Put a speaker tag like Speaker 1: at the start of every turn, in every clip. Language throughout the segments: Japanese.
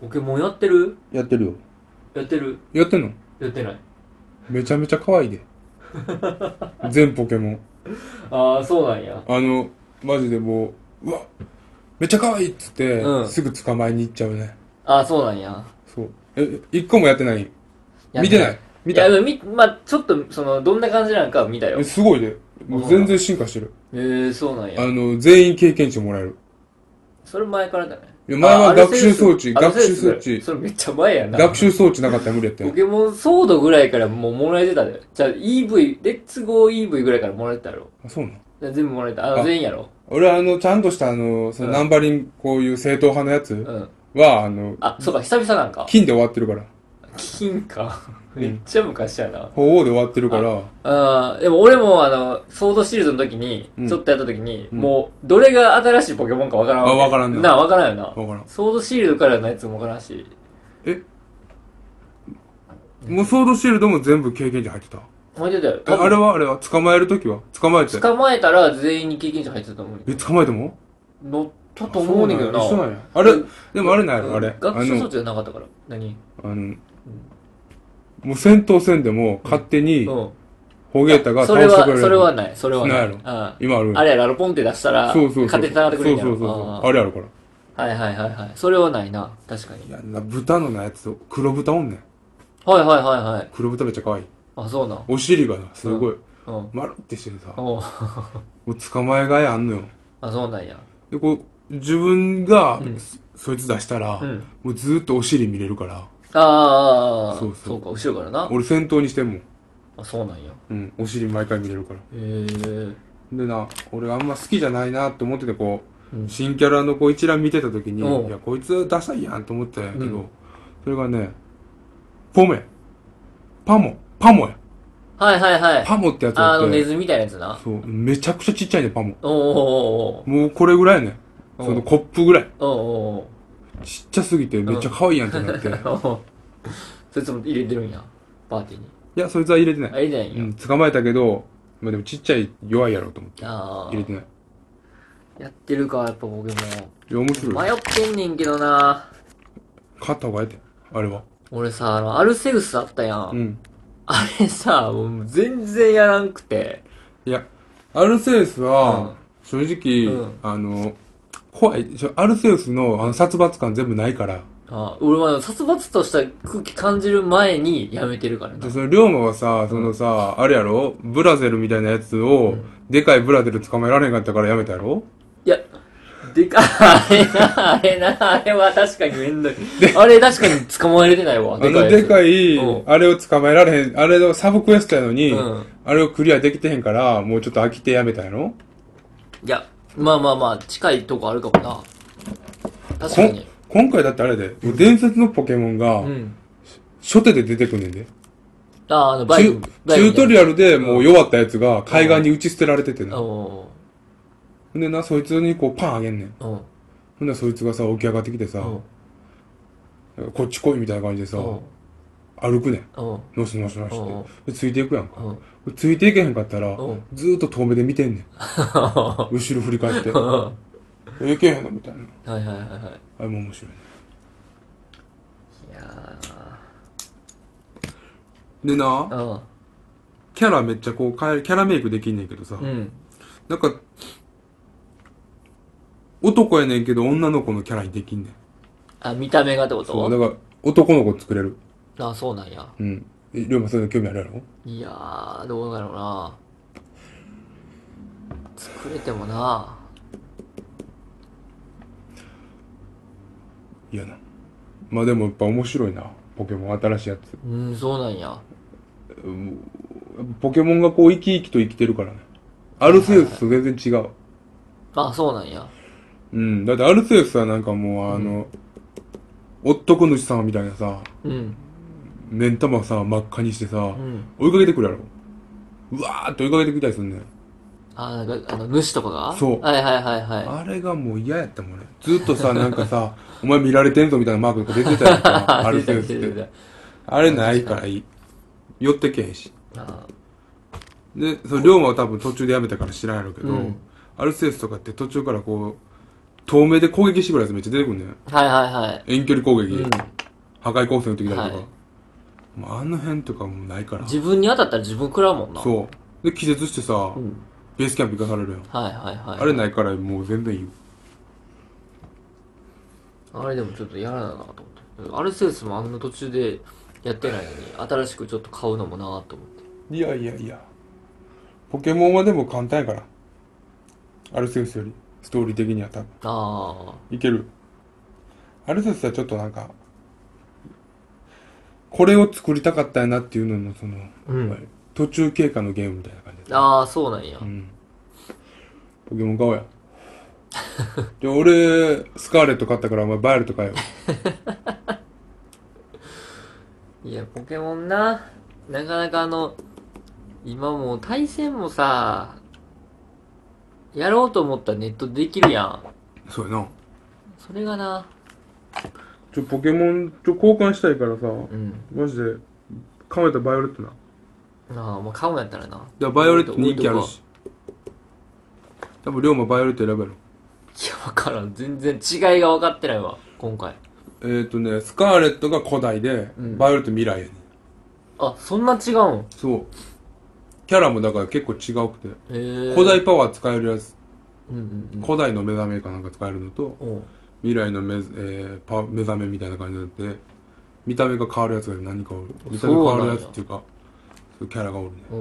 Speaker 1: ポケモンやってる
Speaker 2: やってるよ。
Speaker 1: やってる
Speaker 3: やってんの
Speaker 1: やってない
Speaker 3: めちゃめちゃ可 愛いで。全ポケモン。
Speaker 1: ああそうなんや
Speaker 3: あの、マジでもう、うわめっちゃ可愛いっつって、
Speaker 1: うん
Speaker 3: すぐ捕まえに行っちゃうね。
Speaker 1: ああそうなんや
Speaker 3: そう。え、一個もやってない
Speaker 1: や
Speaker 3: 見てない見た
Speaker 1: いやでもみまあちょっとそのどんな感じなのかは見たよ
Speaker 3: え、
Speaker 1: へ
Speaker 3: すごいで。もう全然進化してる。
Speaker 1: えー、そうなん
Speaker 3: あ
Speaker 1: や
Speaker 3: の、全員経験値もらえる。
Speaker 1: それ前からだね
Speaker 3: いや前は
Speaker 1: あアルセウス
Speaker 3: 学習装置
Speaker 1: アルセウス
Speaker 3: 学習装置
Speaker 1: それめっちゃ前やな
Speaker 3: 学習装置なかったら無理やった
Speaker 1: ポ
Speaker 3: よ。
Speaker 1: ケモンソードぐらいからもうもらえてたでじゃあ EV レッツゴー EV ぐらいからもらえてたやろ
Speaker 3: あ、そうなん
Speaker 1: 全部もらえたあの
Speaker 3: あ
Speaker 1: 全員やろ
Speaker 3: 俺あの、ちゃんとしたあの、その
Speaker 1: うん
Speaker 3: ナンバリング、こういう正統派のや
Speaker 1: う
Speaker 3: つ
Speaker 1: ん
Speaker 3: は、あの、
Speaker 1: あそうか久々なんか
Speaker 3: 金で終わってるから。
Speaker 1: 金か
Speaker 3: うん
Speaker 1: めっちゃ昔やな
Speaker 3: 鳳凰で終わってるから、
Speaker 1: あーでも俺もあの、ソードシリーズの時に
Speaker 3: う、ん
Speaker 1: ちょっとやった時に、
Speaker 3: うん
Speaker 1: もう、どれが新しいポケモンかわからんわけ
Speaker 3: あわからんな
Speaker 1: なあ、わからんよな。
Speaker 3: わからん。
Speaker 1: ソードシールドからのやつもわからんし。
Speaker 3: もうソードシールドも全部経験値入ってた。
Speaker 1: 入ってたよ。
Speaker 3: えあれはあれは捕まえるときは捕まえて。
Speaker 1: 捕まえたら全員に経験者入ってたと思うよ。
Speaker 3: え、捕まえても
Speaker 1: 乗ったと思うねんけどな。
Speaker 3: あそうなんや。あれ
Speaker 1: うん、
Speaker 3: でもあれなんやろ、あ
Speaker 1: う
Speaker 3: れ
Speaker 1: ん。
Speaker 3: あ
Speaker 1: 学習装
Speaker 3: の
Speaker 1: 置じゃなかったから。何、
Speaker 3: あの、もう戦闘戦でも勝手に、
Speaker 1: うん。
Speaker 3: ホゲータが
Speaker 1: そ
Speaker 3: 倒
Speaker 1: れ
Speaker 3: してくれ
Speaker 1: は、
Speaker 3: る。
Speaker 1: それはない。それはない。
Speaker 3: ないやろ
Speaker 1: あ
Speaker 3: 今あるんや
Speaker 1: あれやろ、あの、ポンって出したら、
Speaker 3: そうそうそう。
Speaker 1: 勝手に繋がってくれるんやろ
Speaker 3: そうそうそう
Speaker 1: あ
Speaker 3: そう。
Speaker 1: ー
Speaker 3: あれあるから。
Speaker 1: はいはいはいはい。それはないな。確かに。
Speaker 3: い
Speaker 1: は
Speaker 3: や、な豚のなやつ、黒豚おんね
Speaker 1: い
Speaker 3: ん。
Speaker 1: はいはいはい。
Speaker 3: 黒豚めっちゃ可愛い。
Speaker 1: あ、そうなん。
Speaker 3: お尻がな、すごい、
Speaker 1: うん。
Speaker 3: 丸ってしてるさ。も
Speaker 1: おう
Speaker 3: う捕まえがいあんのよ。
Speaker 1: あ、そうなんや。
Speaker 3: で、こう、自分が、
Speaker 1: ん
Speaker 3: そそいつ出したら、
Speaker 1: うん
Speaker 3: もうずーっとお尻見れるから、
Speaker 1: ああ、
Speaker 3: そうそう
Speaker 1: か、後ろからな。
Speaker 3: 俺先頭にしてんもん。
Speaker 1: あ、そうなんや。
Speaker 3: うん、お尻毎回見れるから。
Speaker 1: へえ。
Speaker 3: でな、俺あんま好きじゃないなって思ってて、こう、
Speaker 1: うん
Speaker 3: 新キャラのこう一覧見てた時に、
Speaker 1: うん
Speaker 3: いや、こいつダサいやんと思ってたんやけど、
Speaker 1: うん
Speaker 3: それがね、ポメ、パモ、パモや。
Speaker 1: はいはいはい。
Speaker 3: パモってやつ
Speaker 1: あ
Speaker 3: や
Speaker 1: の、
Speaker 3: っ
Speaker 1: ネ
Speaker 3: て、
Speaker 1: ズミみたいなやつな。
Speaker 3: そう、めちゃくちゃちっちゃいね、パモ。
Speaker 1: おうおうおうおう
Speaker 3: もうこれぐらいね。
Speaker 1: うん
Speaker 3: そのコップぐらい。
Speaker 1: おうおうおう
Speaker 3: ちっちゃすぎてめっちゃ可愛いやんってなって。い
Speaker 1: そいつも入れてるんや。パーティーに。
Speaker 3: や、そいつは入れてな
Speaker 1: あ、
Speaker 3: い。
Speaker 1: 入れてないん
Speaker 3: う
Speaker 1: や。
Speaker 3: ん、捕まえたけど、まあでもちっちゃい弱いやろうと思って。
Speaker 1: あ
Speaker 3: 入れてない。
Speaker 1: あ。やってるか、やっぱポケモン。
Speaker 3: いや、面白
Speaker 1: 迷
Speaker 3: い。
Speaker 1: ってんねんけどな。
Speaker 3: 勝った方がええて。あれは。
Speaker 1: 俺さ、あの、アルセウスあったやん。
Speaker 3: うん。
Speaker 1: あれさ、もう全然やらんくて。
Speaker 3: いや、アルセウス
Speaker 1: うん
Speaker 3: は、正直、
Speaker 1: うん
Speaker 3: あの、怖い。ちょアルセウスのあの殺伐感全部ないから。
Speaker 1: あ俺は殺伐とした空気感じる前にやめてるからな
Speaker 3: で、。その、龍馬はさ、そのさ、あれやろブラゼルみたいなやつを、でかいブラゼル捕まえられへんかったからやめたやろ
Speaker 1: いや、でか、あれな、あれな、あれは確かにめんどい。あれ確かに捕まえれてないわ。
Speaker 3: あのでか
Speaker 1: い
Speaker 3: い
Speaker 1: うん、
Speaker 3: あれを捕まえられへん、あれのサブクエストやのに、
Speaker 1: うん
Speaker 3: あれをクリアできてへんから、もうちょっと飽きてやめたやろ
Speaker 1: やつ。いや、まあまあまあ、近いとこあるかもな。確かに。
Speaker 3: こん今回だってあれで、もう伝説のポケモンが、
Speaker 1: うん。
Speaker 3: 初手で出てくんねんで。
Speaker 1: あ、あの、バイ
Speaker 3: チ
Speaker 1: ク。
Speaker 3: ュチュートリ
Speaker 1: ア
Speaker 3: アルでもう弱ったやつが海岸に打ち捨てられててな。
Speaker 1: お
Speaker 3: ほんでな、そいつにこうパンあげんねん。
Speaker 1: ーおー
Speaker 3: ほんでそいつがさ、起き上がってきてさ、
Speaker 1: お
Speaker 3: こっち来いみたいな感じでさ、
Speaker 1: ーお
Speaker 3: 歩くねん。
Speaker 1: ーお
Speaker 3: のしのしのし
Speaker 1: うん
Speaker 3: って。で、ついていくやんか。
Speaker 1: ー
Speaker 3: ついていけへんかったら
Speaker 1: うん、
Speaker 3: ずーっと遠目で見てんねん。後ろ振り返って。
Speaker 1: お
Speaker 3: えいけへんのみたい
Speaker 1: ー
Speaker 3: な。
Speaker 1: はいはいはいはい。
Speaker 3: あれも面白いね。
Speaker 1: いや
Speaker 3: でな、
Speaker 1: ー
Speaker 3: キャラめっちゃこう変え、キャラメイクできんねんけどさ、
Speaker 1: うん。うん。
Speaker 3: なんか、男やねんけど女の子のキャラにできんねん。
Speaker 1: あ、見た目がってこ
Speaker 3: そう、
Speaker 1: と
Speaker 3: だから男の子作れる。
Speaker 1: あ、そうなんや。
Speaker 3: うん。え龍馬そういうの興味あるやろ
Speaker 1: いやー、どうだろうな作れてもない
Speaker 3: やな。まあでもやっぱ面白いな。ポケモン新しいやつ。
Speaker 1: うん、そうなんや。
Speaker 3: ポケモンがこう生き生きと生きてるからね。アルセウスと全然違う。
Speaker 1: あ、そうなんや。
Speaker 3: うん。だってアルセウスはなんかもうあの、男主さんみたいなさ、
Speaker 1: うん。
Speaker 3: 目ん玉さ、真っ赤にしてさ、
Speaker 1: ん
Speaker 3: 追いかけてくるやろ。うわーって追いかけてきたりすんねん。
Speaker 1: あ、なんか、あの、主とかが
Speaker 3: そう
Speaker 1: はいはいはいは
Speaker 3: あれがもう嫌やったもんね。ずっとさ、なんかさ、 お前見られてんぞみたいなマークとか出てたやんか。
Speaker 1: い。
Speaker 3: アルセウス
Speaker 1: 出て
Speaker 3: っ
Speaker 1: きた出て
Speaker 3: て
Speaker 1: き。
Speaker 3: あれないからいい。寄ってけへんし。
Speaker 1: たあ
Speaker 3: で、その龍馬は多分途中でやめたから知らんやろうけど、
Speaker 1: うん
Speaker 3: アルセウスとかって途中からこう、遠目で攻撃してくるやつめっちゃ出てくるね。
Speaker 1: はいはいはい。
Speaker 3: 遠距離攻撃。
Speaker 1: うん
Speaker 3: 破壊光線の時だとか。
Speaker 1: はい
Speaker 3: もうあの辺とかもうないから。
Speaker 1: 自分に当たったら自分食らうもんな。う。
Speaker 3: そう。で、気絶してさ、
Speaker 1: ん。
Speaker 3: ベースキャンプ行かされるやん。
Speaker 1: はいはいはい。
Speaker 3: あれないからもう全然いいよ。
Speaker 1: あれでもちょっとやらななと思って。アルセウスもあんな途中でやってないのに、新しくちょっと買うのもなぁと思って。
Speaker 3: いやいやいや。ポケモンはでも簡単やから。アルセウスより、ストーリー的には多分。
Speaker 1: あ
Speaker 3: いける。アルセウスはちょっとなんか、これを作りたかったやなっていうのの、その、
Speaker 1: あ。う
Speaker 3: はい。途中経過のゲームみたいな感じだった
Speaker 1: ああ、そうなんや。
Speaker 3: うん。ポケモ ン買おうや。で、俺、スカーレット買ったから、お前、バイオレット買えよ。
Speaker 1: いや、ポケモンな、なかなかあの、今もう対戦もさ、やろうと思ったらネットでできるやん。
Speaker 3: そうやな。
Speaker 1: それがな、
Speaker 3: ちょ、ポケモンと交換したいからさ、
Speaker 1: うん。
Speaker 3: マジで、買めたバイオレットな。
Speaker 1: なあ、もう買うんやったらな。
Speaker 3: だバイオレット人気あるし。多分、龍馬バイオレット選べろ。
Speaker 1: いや、わからん。全然違いが分かってないわ、今回。
Speaker 3: えーとね、スカーレットが古代で、
Speaker 1: うん
Speaker 3: バイオレット未来やねん
Speaker 1: あ、そんな違うん。
Speaker 3: そう。キャラもだから結構違くて。
Speaker 1: へえ。
Speaker 3: 古代パワー使えるやつ、
Speaker 1: うんうん
Speaker 3: 古代の目覚めかなんか使えるのと、
Speaker 1: うん。おう
Speaker 3: 未来の目,、えーパ目覚めみたいな感じになって見た目が変わるやつが何かおる見た目変わるやつっていうかそういうキャラがおるね
Speaker 1: お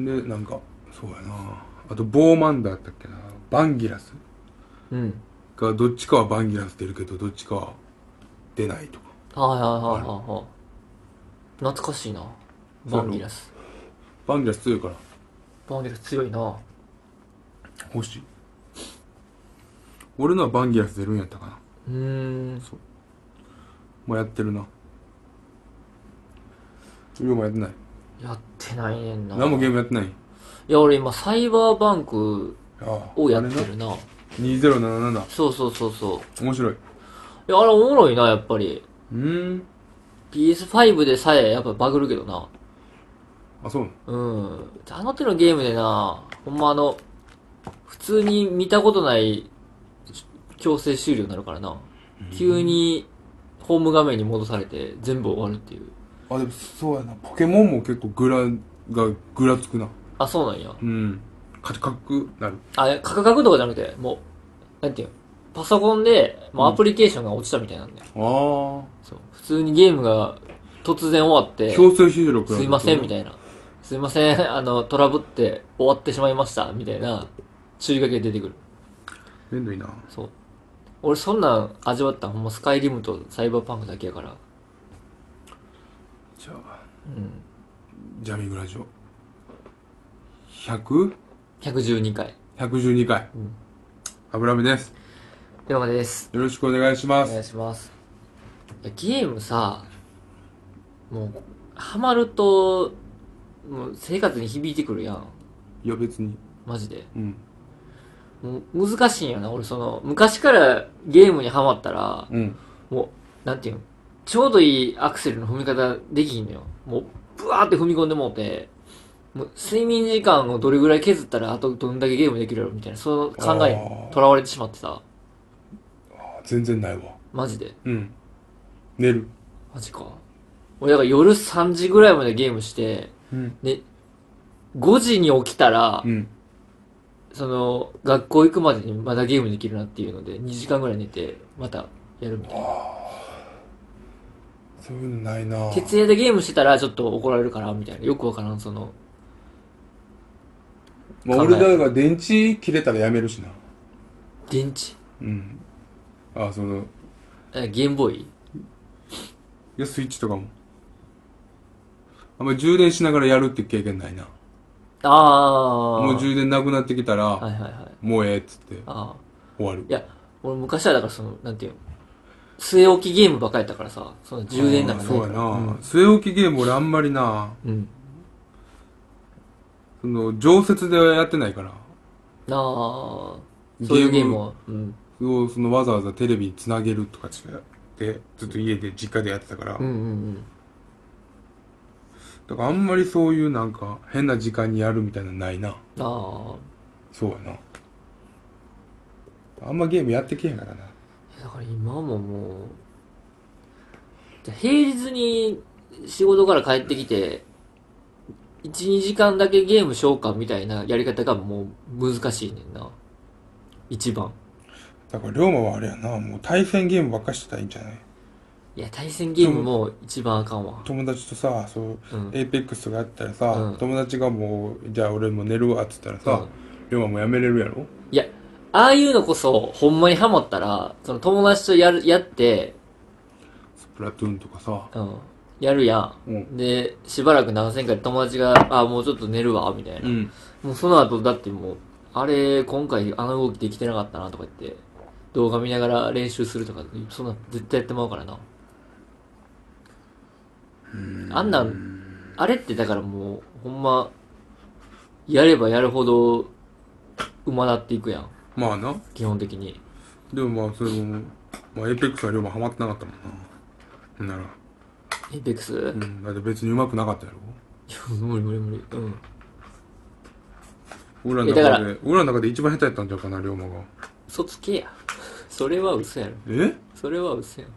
Speaker 1: う
Speaker 3: でなんかそうやなあとボーマンダーだったっけなバンギラス
Speaker 1: うん。
Speaker 3: がどっちかはバンギラス出るけどどっちかは出ないとか
Speaker 1: はいはいはいはいはい。懐かしいな。
Speaker 3: そ
Speaker 1: バ
Speaker 3: う
Speaker 1: ンギラス。
Speaker 3: バンギラス強いから
Speaker 1: バンギラス強いな。
Speaker 3: 欲しい俺のはバンギラス出るんやったかな
Speaker 1: うーん。
Speaker 3: もうやってるな龍馬やってない
Speaker 1: やってないねんな。
Speaker 3: 何もゲームやってない
Speaker 1: いや、俺今、サイバーバンク
Speaker 3: ああ
Speaker 1: をやっ
Speaker 3: あ
Speaker 1: て
Speaker 3: れ
Speaker 1: るな。
Speaker 3: 2077
Speaker 1: そうそうそうそう。
Speaker 3: 面白い
Speaker 1: いや、あれおもろいな、やっぱり。
Speaker 3: うーん
Speaker 1: PS5 でさえ、やっぱバグるけどな。
Speaker 3: あそうなの
Speaker 1: うん。あの手のゲームでな、ほんまあの、普通に見たことない強制終了になるからな。急に、ホーム画面に戻されて、全部終わるっていう。
Speaker 3: あでもそうやなポケモンも結構グラがぐらつくな
Speaker 1: あ、そうなんや。
Speaker 3: うんカチカクなる
Speaker 1: あ、カクカクとかじゃなくて、もう、なんていうのパソコンで、もうアプリケーションが落ちたみたいなんだよ。
Speaker 3: ああ
Speaker 1: そう。普通にゲームが突然終わって、
Speaker 3: 強制収録
Speaker 1: すいません、み
Speaker 3: い
Speaker 1: たいな。すいません、 あの、トラブって終わってしまいました、みたいな注意書きが出てくる。
Speaker 3: なめんどいな
Speaker 1: そう。俺そんなん味わったんほんまスカイリムとサイバーパンクだけやから。
Speaker 3: じゃあ
Speaker 1: うん。
Speaker 3: ジャミングラジオ 100?
Speaker 1: 112回。
Speaker 3: 112回
Speaker 1: うん。
Speaker 3: 油目です
Speaker 1: ではです。
Speaker 3: よろしくお願いしま
Speaker 1: お願
Speaker 3: す
Speaker 1: いします。いやゲームさ、もう、ハマると、もう生活に響いてくるやん。
Speaker 3: いや別に
Speaker 1: マジで。
Speaker 3: うん
Speaker 1: もう難しいんやな。俺その、昔からゲームにハマったら、
Speaker 3: うん
Speaker 1: もう、なんていうのちょうどいいアクセルの踏み方できひんのよ。もう、ブワーって踏み込んでもうて、もう、睡眠時間をどれぐらい削ったら、あとどんだけゲームできるやろみたいな、その考えに
Speaker 3: あー
Speaker 1: とらわれてしまってさ、
Speaker 3: あ全然ないわ
Speaker 1: マジで。
Speaker 3: うん寝る
Speaker 1: マジか。俺、だから夜3時ぐらいまでゲームして、
Speaker 3: うん
Speaker 1: で、5時に起きたら、
Speaker 3: うん
Speaker 1: その、学校行くまでにまだゲームできるなっていうので、2時間ぐらい寝て、またやるみたいな。
Speaker 3: そういうのないな
Speaker 1: 徹夜でゲームしてたら、ちょっと怒られるから、みたいな。よくわからん、その、
Speaker 3: まあ、俺だから電池切れたらやめるしな
Speaker 1: 電池。
Speaker 3: うんあその
Speaker 1: えゲームボーイ
Speaker 3: いや、スイッチとかも。あんまり充電しながらやるって経験ないな。
Speaker 1: ああ。
Speaker 3: もう充電なくなってきたら、
Speaker 1: はいはいはい。
Speaker 3: もうええっつって
Speaker 1: ああ。
Speaker 3: 終わる
Speaker 1: い。や、俺昔はだからその、なんていうの、据え置きゲームばっかりやったからさ、その充電なん
Speaker 3: あ
Speaker 1: か
Speaker 3: ー
Speaker 1: な
Speaker 3: そうや
Speaker 1: いから
Speaker 3: な。据え置きゲーム俺あんまりな、
Speaker 1: うん。うん。
Speaker 3: その、常設ではやってないから、
Speaker 1: なあ、そういうゲームは、うん。
Speaker 3: をそのわざわざテレビにつなげるとかって、ずっと家で実家でやってたから、
Speaker 1: うんうん
Speaker 3: だからあんまりそういうなんか変な時間にやるみたいなのないな。
Speaker 1: うん。ああ。
Speaker 3: そうやな。あんまゲームやってけへんからな。
Speaker 1: やだから今ももう、じゃあ平日に仕事から帰ってきて、1、2時間だけゲームしようかみたいなやり方がもう難しいねんな。一番。
Speaker 3: だから龍馬はあれやな、もう対戦ゲームばっかしてたらいいんじゃない
Speaker 1: いや、対戦ゲームも一番あかんわ。
Speaker 3: 友達とさ、そ
Speaker 1: う
Speaker 3: う、
Speaker 1: ん
Speaker 3: エイペックスとかやったらさ、
Speaker 1: うん
Speaker 3: 友達がもう、じゃあ俺も寝るわっつったら
Speaker 1: う
Speaker 3: さ
Speaker 1: ん、
Speaker 3: 龍馬もやめれるやろ
Speaker 1: いや、ああいうのこそ、ほんまにハマったら、その友達とやる、やって、
Speaker 3: スプラトゥーンとかさ、
Speaker 1: うん、やるやん。
Speaker 3: うん
Speaker 1: で、しばらく何千回友達が、あ、もうちょっと寝るわ、みたいな。
Speaker 3: ん。
Speaker 1: もうその後、だってもう、あれ、今回あの動きできてなかったな、とか言って、動画見ながら練習するとか、そんなん絶対やってまうからな。あんなん、あれってだからもう、ほんま、やればやるほど、馬なっていくやん。
Speaker 3: まあな。
Speaker 1: 基本的に。
Speaker 3: でもまあ、それも、まあ、エイペックスは龍馬ハマってなかったもんな。なら。
Speaker 1: エイペックス、
Speaker 3: うん。だって別に上手くなかったやろ
Speaker 1: いや無理無理無理。うん。
Speaker 3: 俺らの
Speaker 1: えだか
Speaker 3: 中
Speaker 1: ら
Speaker 3: で、俺らの中で一番下手やったんちゃうかな、龍馬が。
Speaker 1: 嘘つけや。それは嘘やろ。
Speaker 3: え
Speaker 1: それは嘘やろ。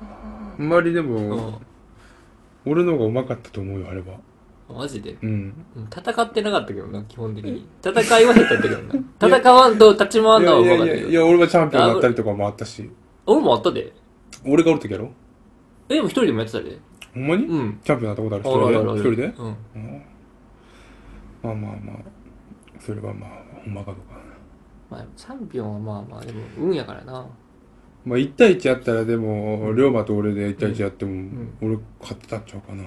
Speaker 3: あんまりで
Speaker 1: うん
Speaker 3: も、。俺の方が上手かったと思うよ、あれは。
Speaker 1: マジで。
Speaker 3: うん。
Speaker 1: うん戦ってなかったけどな、基本的に。戦いは下手だったけどな。戦わんと立ち回
Speaker 3: い
Speaker 1: ん
Speaker 3: や
Speaker 1: のはい上手か
Speaker 3: や
Speaker 1: った
Speaker 3: いや
Speaker 1: けど。
Speaker 3: いや、俺はチャンピオンだったりとかもあったし。
Speaker 1: 俺もあったで。
Speaker 3: 俺がおる時やろ
Speaker 1: え、でも一人でもやってたで。
Speaker 3: ほんまに、
Speaker 1: うん。
Speaker 3: チャンピオンになった
Speaker 1: あ
Speaker 3: ことあ
Speaker 1: る
Speaker 3: る
Speaker 1: あるある。
Speaker 3: 一人で一人で、
Speaker 1: うん。
Speaker 3: うんまあまあまあ。それはまあ、ほんまかどうか。
Speaker 1: まあ、チャンピオンはまあまあ、でも、運やからな。
Speaker 3: まあ、1対1やったらでも、龍馬と俺で1対1やっても、
Speaker 1: ん
Speaker 3: 俺勝ってたんちゃうかな。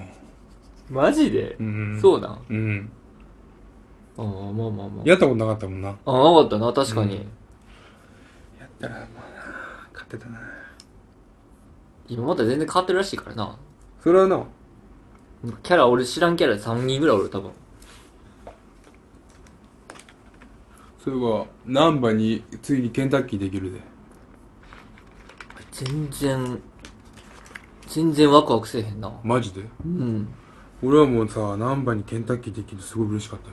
Speaker 1: マジで
Speaker 3: うん。
Speaker 1: そうなん。
Speaker 3: う。うん。
Speaker 1: ああ、まあまあまあ。
Speaker 3: やったことなかったもんな。
Speaker 1: ああ、なかったな、確かに。
Speaker 3: うんやったら、まあ、勝ってたな。
Speaker 1: 今また全然変わってるらしいからな。
Speaker 3: それはな、
Speaker 1: キャラ、俺知らんキャラ3人ぐらいおる、多分。
Speaker 3: それは、難波に、ついにケンタッキーできるで。
Speaker 1: 全然、全然ワクワクせえへんな。
Speaker 3: マジで
Speaker 1: うん。
Speaker 3: 俺はもうさ、難波にケンタッキーできるのすごい嬉しかった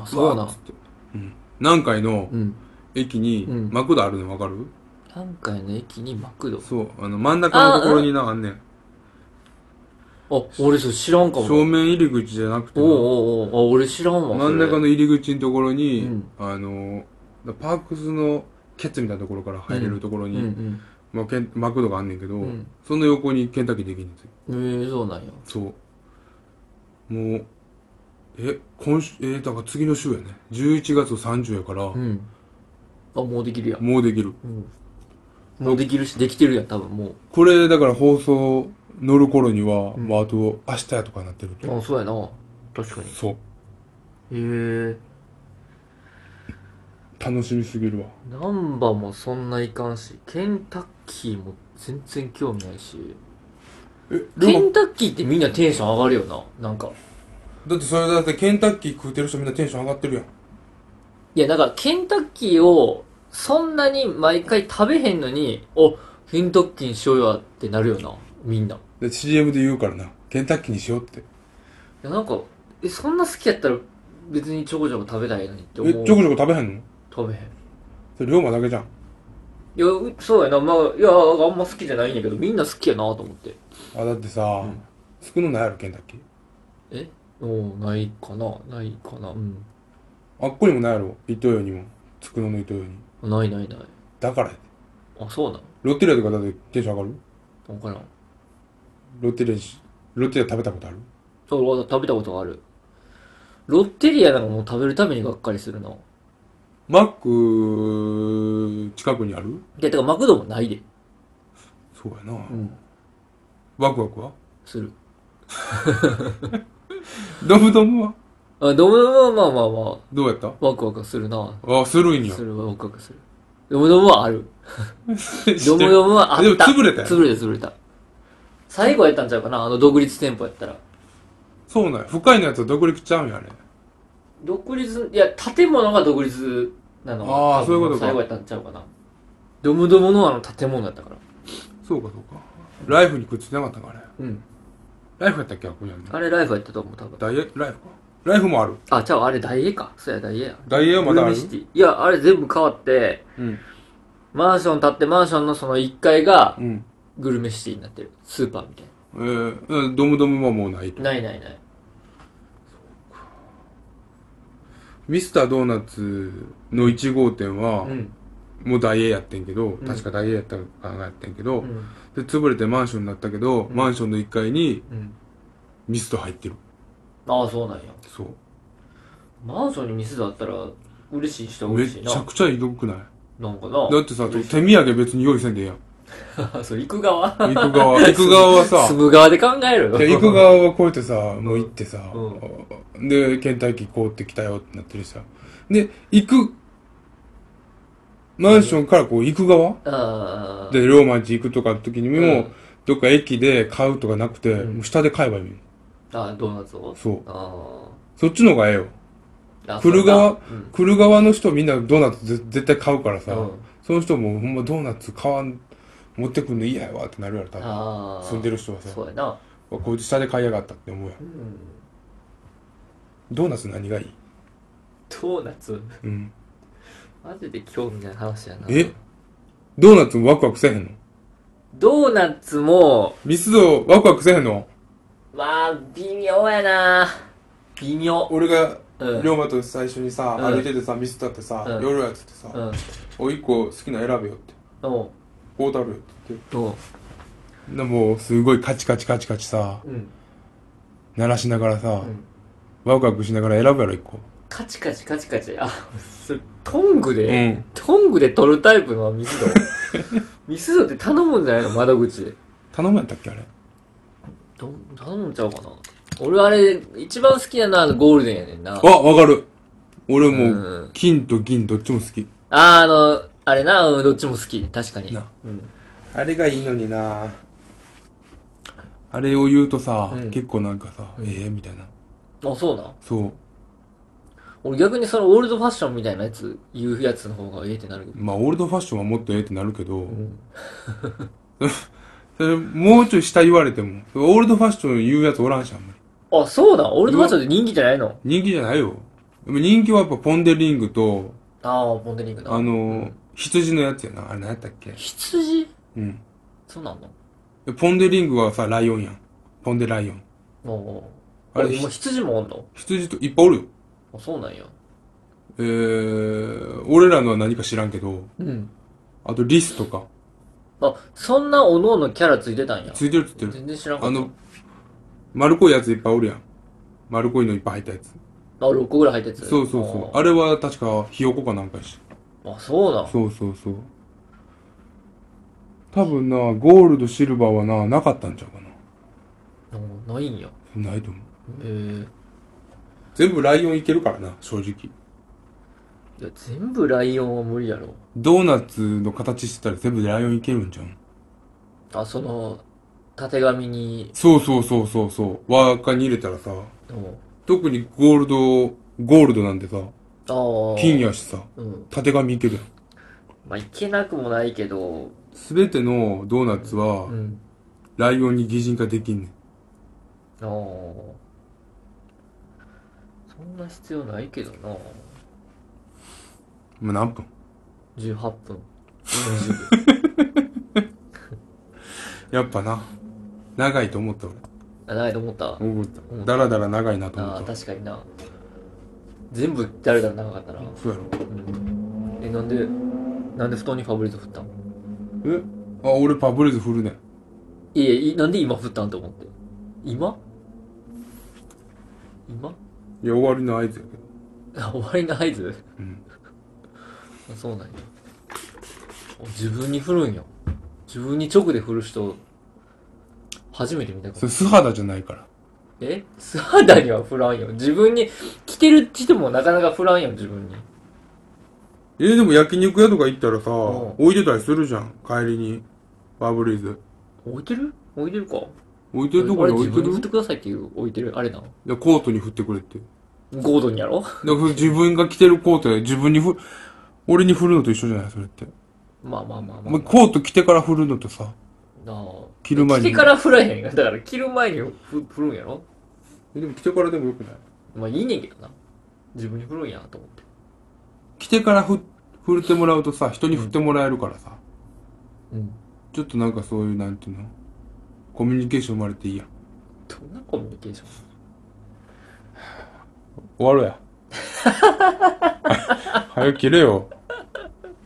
Speaker 3: よ。
Speaker 1: あ、そう
Speaker 3: わ
Speaker 1: な
Speaker 3: ーっつ。って。うん。南海の
Speaker 1: うん。
Speaker 3: 駅に、
Speaker 1: うん
Speaker 3: マクドあるのわかる、
Speaker 1: 南海の駅にマクド。
Speaker 3: そう、あの、真ん中のところにな、あんねん。
Speaker 1: あ、俺それ知らんかも。
Speaker 3: 正面入り口じゃなくて
Speaker 1: お
Speaker 3: な、
Speaker 1: うおうおうあ、俺知らんわ。
Speaker 3: 真ん中
Speaker 1: の。
Speaker 3: の入り口のところに、
Speaker 1: うん
Speaker 3: あのパークスのケツみたいなところから入れるところ
Speaker 1: う
Speaker 3: に、
Speaker 1: ん
Speaker 3: まあ、ケンマクドがあんねんけど、
Speaker 1: うん
Speaker 3: その横にケンタッキーできるんですよ
Speaker 1: うん。ええ、そうなんや。
Speaker 3: そうもうえ今週えーだから次の週やね11月30やから、
Speaker 1: うん。あ、もうできるやん。
Speaker 3: もうできる
Speaker 1: うん。もうできるし、できてるやん、多分も
Speaker 3: これだから放送乗る頃には、
Speaker 1: うん
Speaker 3: まあ、あと明日やとかなってる
Speaker 1: う。あ、そうやな。確かに。
Speaker 3: そう
Speaker 1: へえ。
Speaker 3: 楽しみすぎるわ
Speaker 1: ナンバもそんないかんし、ケンタッキーも全然興味ないし。
Speaker 3: え
Speaker 1: ケンタッキーってみんなテンション上がるよな。なんか。
Speaker 3: だってそれだってケンタッキー食うてる人みんなテンション上がってるやん
Speaker 1: いや、だから、ケンタッキーを、そんなに毎回食べへんのに、お、ケンタッキーにしようよってなるよな、みんな。い
Speaker 3: で CM で言うからなケンタッキーにしようって
Speaker 1: や、なんか、え、そんな好きやったら、別にちょこちょこ食べたいのにって
Speaker 3: え、
Speaker 1: 思
Speaker 3: ちょ
Speaker 1: う。
Speaker 3: こちょこ食べへんの
Speaker 1: 食べへん。
Speaker 3: それ龍馬だけじゃん。
Speaker 1: いや、うそうやな、まあ、いや、あんま好きじゃないんやけど、みんな好きやなと思って。
Speaker 3: あ、だってさ、少のないやろ、ケンタッキー。
Speaker 1: えおないかな、ないかな、うん。
Speaker 3: あっこにもないやろ、伊東洋にも。つくのの伊東洋に。
Speaker 1: ないないない。
Speaker 3: だからやで
Speaker 1: あ、そうなの
Speaker 3: ロッテリアとかだってテンション上がる
Speaker 1: わからん。
Speaker 3: ロッテリアし、ロッテリア食べたことある
Speaker 1: そう、俺は食べたことがある。ロッテリアなんかもう食べるためにがっかりするな。
Speaker 3: マック、近くにある
Speaker 1: いや、てか、マクドもないで。
Speaker 3: そうやな。
Speaker 1: うん。
Speaker 3: ワクワクは
Speaker 1: する。
Speaker 3: ドムドムは
Speaker 1: あ、ドムドムはまあまあま
Speaker 3: どうやった
Speaker 1: あ、ワクワクするな。
Speaker 3: あ、するんや
Speaker 1: す。るわ、ワクワクする。ドムドムはある。ドムドムはあ
Speaker 3: でも
Speaker 1: った。
Speaker 3: 潰れたやん
Speaker 1: 潰れた、潰れた。最後やったんちゃうかなあの、独立店舗やったら。
Speaker 3: そうなんや。深いのやつは独立ちゃうんや、あれ。
Speaker 1: 独立、いや、建物が独立なのが
Speaker 3: あー
Speaker 1: 多分
Speaker 3: そういうことか
Speaker 1: 最後やったんちゃうかな。ドムドムのあの建物やったから。
Speaker 3: そうか、そうか。ライフにくっついてなかったんか、あれ。
Speaker 1: うん。
Speaker 3: ライフやったっけあっこにあるの。
Speaker 1: あれライフやったと思う、多分。
Speaker 3: ダイエライフか。ライフもある。
Speaker 1: あ、ちゃう、あれ、ダイエーか。そうや、ダイエーや。
Speaker 3: ダイエーはま
Speaker 1: ブ
Speaker 3: だ
Speaker 1: ルー
Speaker 3: あ
Speaker 1: ム
Speaker 3: る
Speaker 1: シティ。いや、あれ全部変わって、
Speaker 3: うん。
Speaker 1: マンション建ってマンションのその1階が
Speaker 3: う、ん。
Speaker 1: グルメシティになってる。スーパーみたい
Speaker 3: えーうん、ドムドムはもうないと。
Speaker 1: な。ないないない。
Speaker 3: ミスタードーナツの1号店は、
Speaker 1: うん。
Speaker 3: もうダイエーやってんけど、
Speaker 1: ん
Speaker 3: 確かダイエーやったかなやってんけ
Speaker 1: う
Speaker 3: ど、
Speaker 1: ん。
Speaker 3: で、潰れてマンションになったけど、マンションの1階に
Speaker 1: うん。
Speaker 3: ミスト入ってる。
Speaker 1: ああ、そうなんや。
Speaker 3: そう。
Speaker 1: マンションに店だったら、嬉しい人は
Speaker 3: め
Speaker 1: 嬉しい
Speaker 3: ち
Speaker 1: な。
Speaker 3: ゃくちゃひどくない
Speaker 1: なんかな。
Speaker 3: だってさ、手土産別に用意せん でええやん。
Speaker 1: あそう、行く側
Speaker 3: 行く側、行く側はさ、
Speaker 1: 住む側で考える
Speaker 3: いや行く側はこうやってさ、もう行ってさ、
Speaker 1: う
Speaker 3: で、ケンタッキーこうって来たよってなってるしさ。で、行く、マンションからこう行く側
Speaker 1: ああ。
Speaker 3: で、ローマンチ行くとかの時にも、
Speaker 1: うん
Speaker 3: どっか駅で買うとかなくて、
Speaker 1: ん
Speaker 3: もう下で買えばいいのよ
Speaker 1: ああ、ドーナツを
Speaker 3: そう。
Speaker 1: あ
Speaker 3: そっちの方がええよ。
Speaker 1: ーあ。
Speaker 3: 来る
Speaker 1: そ
Speaker 3: 側、
Speaker 1: うや
Speaker 3: 来る側の人みんなドーナツぜ絶対買うからさ、
Speaker 1: うん
Speaker 3: その人もほんまドーナツ買わん、持ってくんの嫌やわってなるやろ、多
Speaker 1: なうん。
Speaker 3: 分。
Speaker 1: ああ。
Speaker 3: 住んでる人はさ
Speaker 1: そうやな。
Speaker 3: こいつ下で買いやがったって思うやん。
Speaker 1: うん。
Speaker 3: ドーナツ何がいい
Speaker 1: ドーナツ
Speaker 3: うん。
Speaker 1: マジで興味ない話やな。
Speaker 3: えドーナツもワクワクせえへんの
Speaker 1: ドーナツも、
Speaker 3: ミスドワクワクせえへんの
Speaker 1: まあ、微妙やな微妙。
Speaker 3: 俺が、
Speaker 1: うん
Speaker 3: 龍馬と最初にさ、
Speaker 1: うん
Speaker 3: 歩いててさ、ミスドだってさ、
Speaker 1: うん
Speaker 3: 夜やつってさ、
Speaker 1: うん。
Speaker 3: おい一個好きなの選べよって。
Speaker 1: おう
Speaker 3: こうたるよって言って。
Speaker 1: おう
Speaker 3: でもうすごいカチカチカチカチさ
Speaker 1: うん。
Speaker 3: 鳴らしながらさ、
Speaker 1: ん
Speaker 3: ワクワクしながら選ぶやろ一個
Speaker 1: カチカチカチカチ。あ、それ、トングで、
Speaker 3: うん
Speaker 1: トングで取るタイプのミ スド。ミスドって頼むんじゃないの窓口で。
Speaker 3: 頼むやったっけあれ
Speaker 1: ど、頼むんちゃうかな俺あれ、一番好きなのはゴールデンやねんな。
Speaker 3: あわかる俺も
Speaker 1: う
Speaker 3: うん金と銀どっちも好き
Speaker 1: あー、あの、あれな、うんどっちも好き。確かに。
Speaker 3: な
Speaker 1: うん。
Speaker 3: あれがいいのになあれを言うとさ、
Speaker 1: うん
Speaker 3: 結構なんかさ、ええみたいな
Speaker 1: あ、そうなん。
Speaker 3: そう
Speaker 1: 俺逆にそのオールドファッションみたいなやつ、言うやつの方がええってなるけど。
Speaker 3: まあオールドファッションはもっとええってなるけど、
Speaker 1: ん
Speaker 3: それもうちょい下言われてもオールドファッション言うやつおらんしあんまり
Speaker 1: あ、そうだ。オールドファッションって人気じゃないの
Speaker 3: 人気じゃないよでも人気はやっぱポンデリングと
Speaker 1: ああ、ポンデリングだ。
Speaker 3: あのー羊のやつやなあれ何やったっけ
Speaker 1: 羊
Speaker 3: うん
Speaker 1: そうなんだ。
Speaker 3: でポンデリングはさ、ライオンやん。ポンデライオン。
Speaker 1: もう、あ
Speaker 3: あれ
Speaker 1: れ、今羊もおんの
Speaker 3: 羊といっぱいおるよ。
Speaker 1: あそうなんや。
Speaker 3: えー、俺らのは何か知らんけど、
Speaker 1: うん。
Speaker 3: あとリスとか、
Speaker 1: あ、そんなおのおのキャラついてたんや。
Speaker 3: ついてるっつってる。
Speaker 1: 全然知らんか
Speaker 3: あ
Speaker 1: った。
Speaker 3: の、丸っこいやついっぱいおるやん。丸っこいのいっぱい入ったやつ。
Speaker 1: あ、6個ぐらい入ってたやつ。
Speaker 3: そうそうそう。あ
Speaker 1: あ
Speaker 3: れは確かひよこかなんかやし。
Speaker 1: あ、そうなん。
Speaker 3: そうそうそう。多分な、ゴールド、シルバーはな、なかったんちゃうか
Speaker 1: うんないんや。
Speaker 3: な。ないと思う。
Speaker 1: へえ。
Speaker 3: 全部ライオンいけるからな、正直。
Speaker 1: いや、全部ライオンは無理やろ。
Speaker 3: ドーナツの形してたら全部ライオンいけるんじゃん。
Speaker 1: あ、その、縦紙に、
Speaker 3: そうそうそうそうそう。輪っかに入れたらさ、
Speaker 1: うん
Speaker 3: 特にゴールド、ゴールドなんてさ、
Speaker 1: ああ。
Speaker 3: 金。やしさ、
Speaker 1: うん。
Speaker 3: 縦紙いけるやん。
Speaker 1: まあ、いけなくもないけど、
Speaker 3: すべてのドーナツは
Speaker 1: う、ん。
Speaker 3: ライオンに擬人化できんねん。
Speaker 1: ああ。そんな必要ないけどな。
Speaker 3: もう何分
Speaker 1: 18分。
Speaker 3: やっぱな、長いと思った俺。
Speaker 1: あ、ないと思った。
Speaker 3: 思った。だらだら長いなと思
Speaker 1: ああ、
Speaker 3: った。
Speaker 1: 確かにな。全部誰だろ長かったな。
Speaker 3: そうやろ。
Speaker 1: え、なんで、なんで布団にファブリーズ振ったの
Speaker 3: えあ、俺パブリーズ振るねん。
Speaker 1: いやいなんで今振ったんと思って。今今
Speaker 3: いや、終わりの合図やけど。
Speaker 1: あ、終わりの合図
Speaker 3: うん。
Speaker 1: あそうなんや。お自分に振るんや。自分に直で振る人、初めて見たか
Speaker 3: そ
Speaker 1: も
Speaker 3: れ素肌じゃないから。
Speaker 1: え素肌には振らんよ。自分に、着てる人もなかなか振らんよ、自分に。
Speaker 3: えーでも焼肉屋とか行ったらさ、
Speaker 1: ん
Speaker 3: 置いてたりするじゃん。帰りに。パブリーズ。
Speaker 1: 置いてる置いてるか。
Speaker 3: 置いてるとこ
Speaker 1: あれ
Speaker 3: に置
Speaker 1: 自
Speaker 3: いて
Speaker 1: 分
Speaker 3: る
Speaker 1: に振ってくださいっていう、置いてる、あれなの
Speaker 3: いやコートに振ってくれって。
Speaker 1: ゴードンやろ
Speaker 3: だから自分が着てるコートで自分にふ、俺に振るのと一緒じゃないそれって。
Speaker 1: まあまあまあまあ、
Speaker 3: まあ、コート着てから振るのとさ、
Speaker 1: なあ
Speaker 3: 着る前に
Speaker 1: 着てから振らへんやんだから着る前にふ振るんやろ
Speaker 3: でも着てからでもよくない
Speaker 1: まあいいねんけどな。自分に振るんやなと思って。
Speaker 3: 来てからふ振ってもらうとさ人に振ってもらえるからさ、
Speaker 1: うん。
Speaker 3: ちょっとなんかそういうなんていうのコミュニケーション生まれていいやん
Speaker 1: どんなコミュニケーション
Speaker 3: 終わるや早く切れよ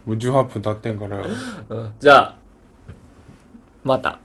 Speaker 3: もう18分経ってんからよ
Speaker 1: うんじゃあ、また。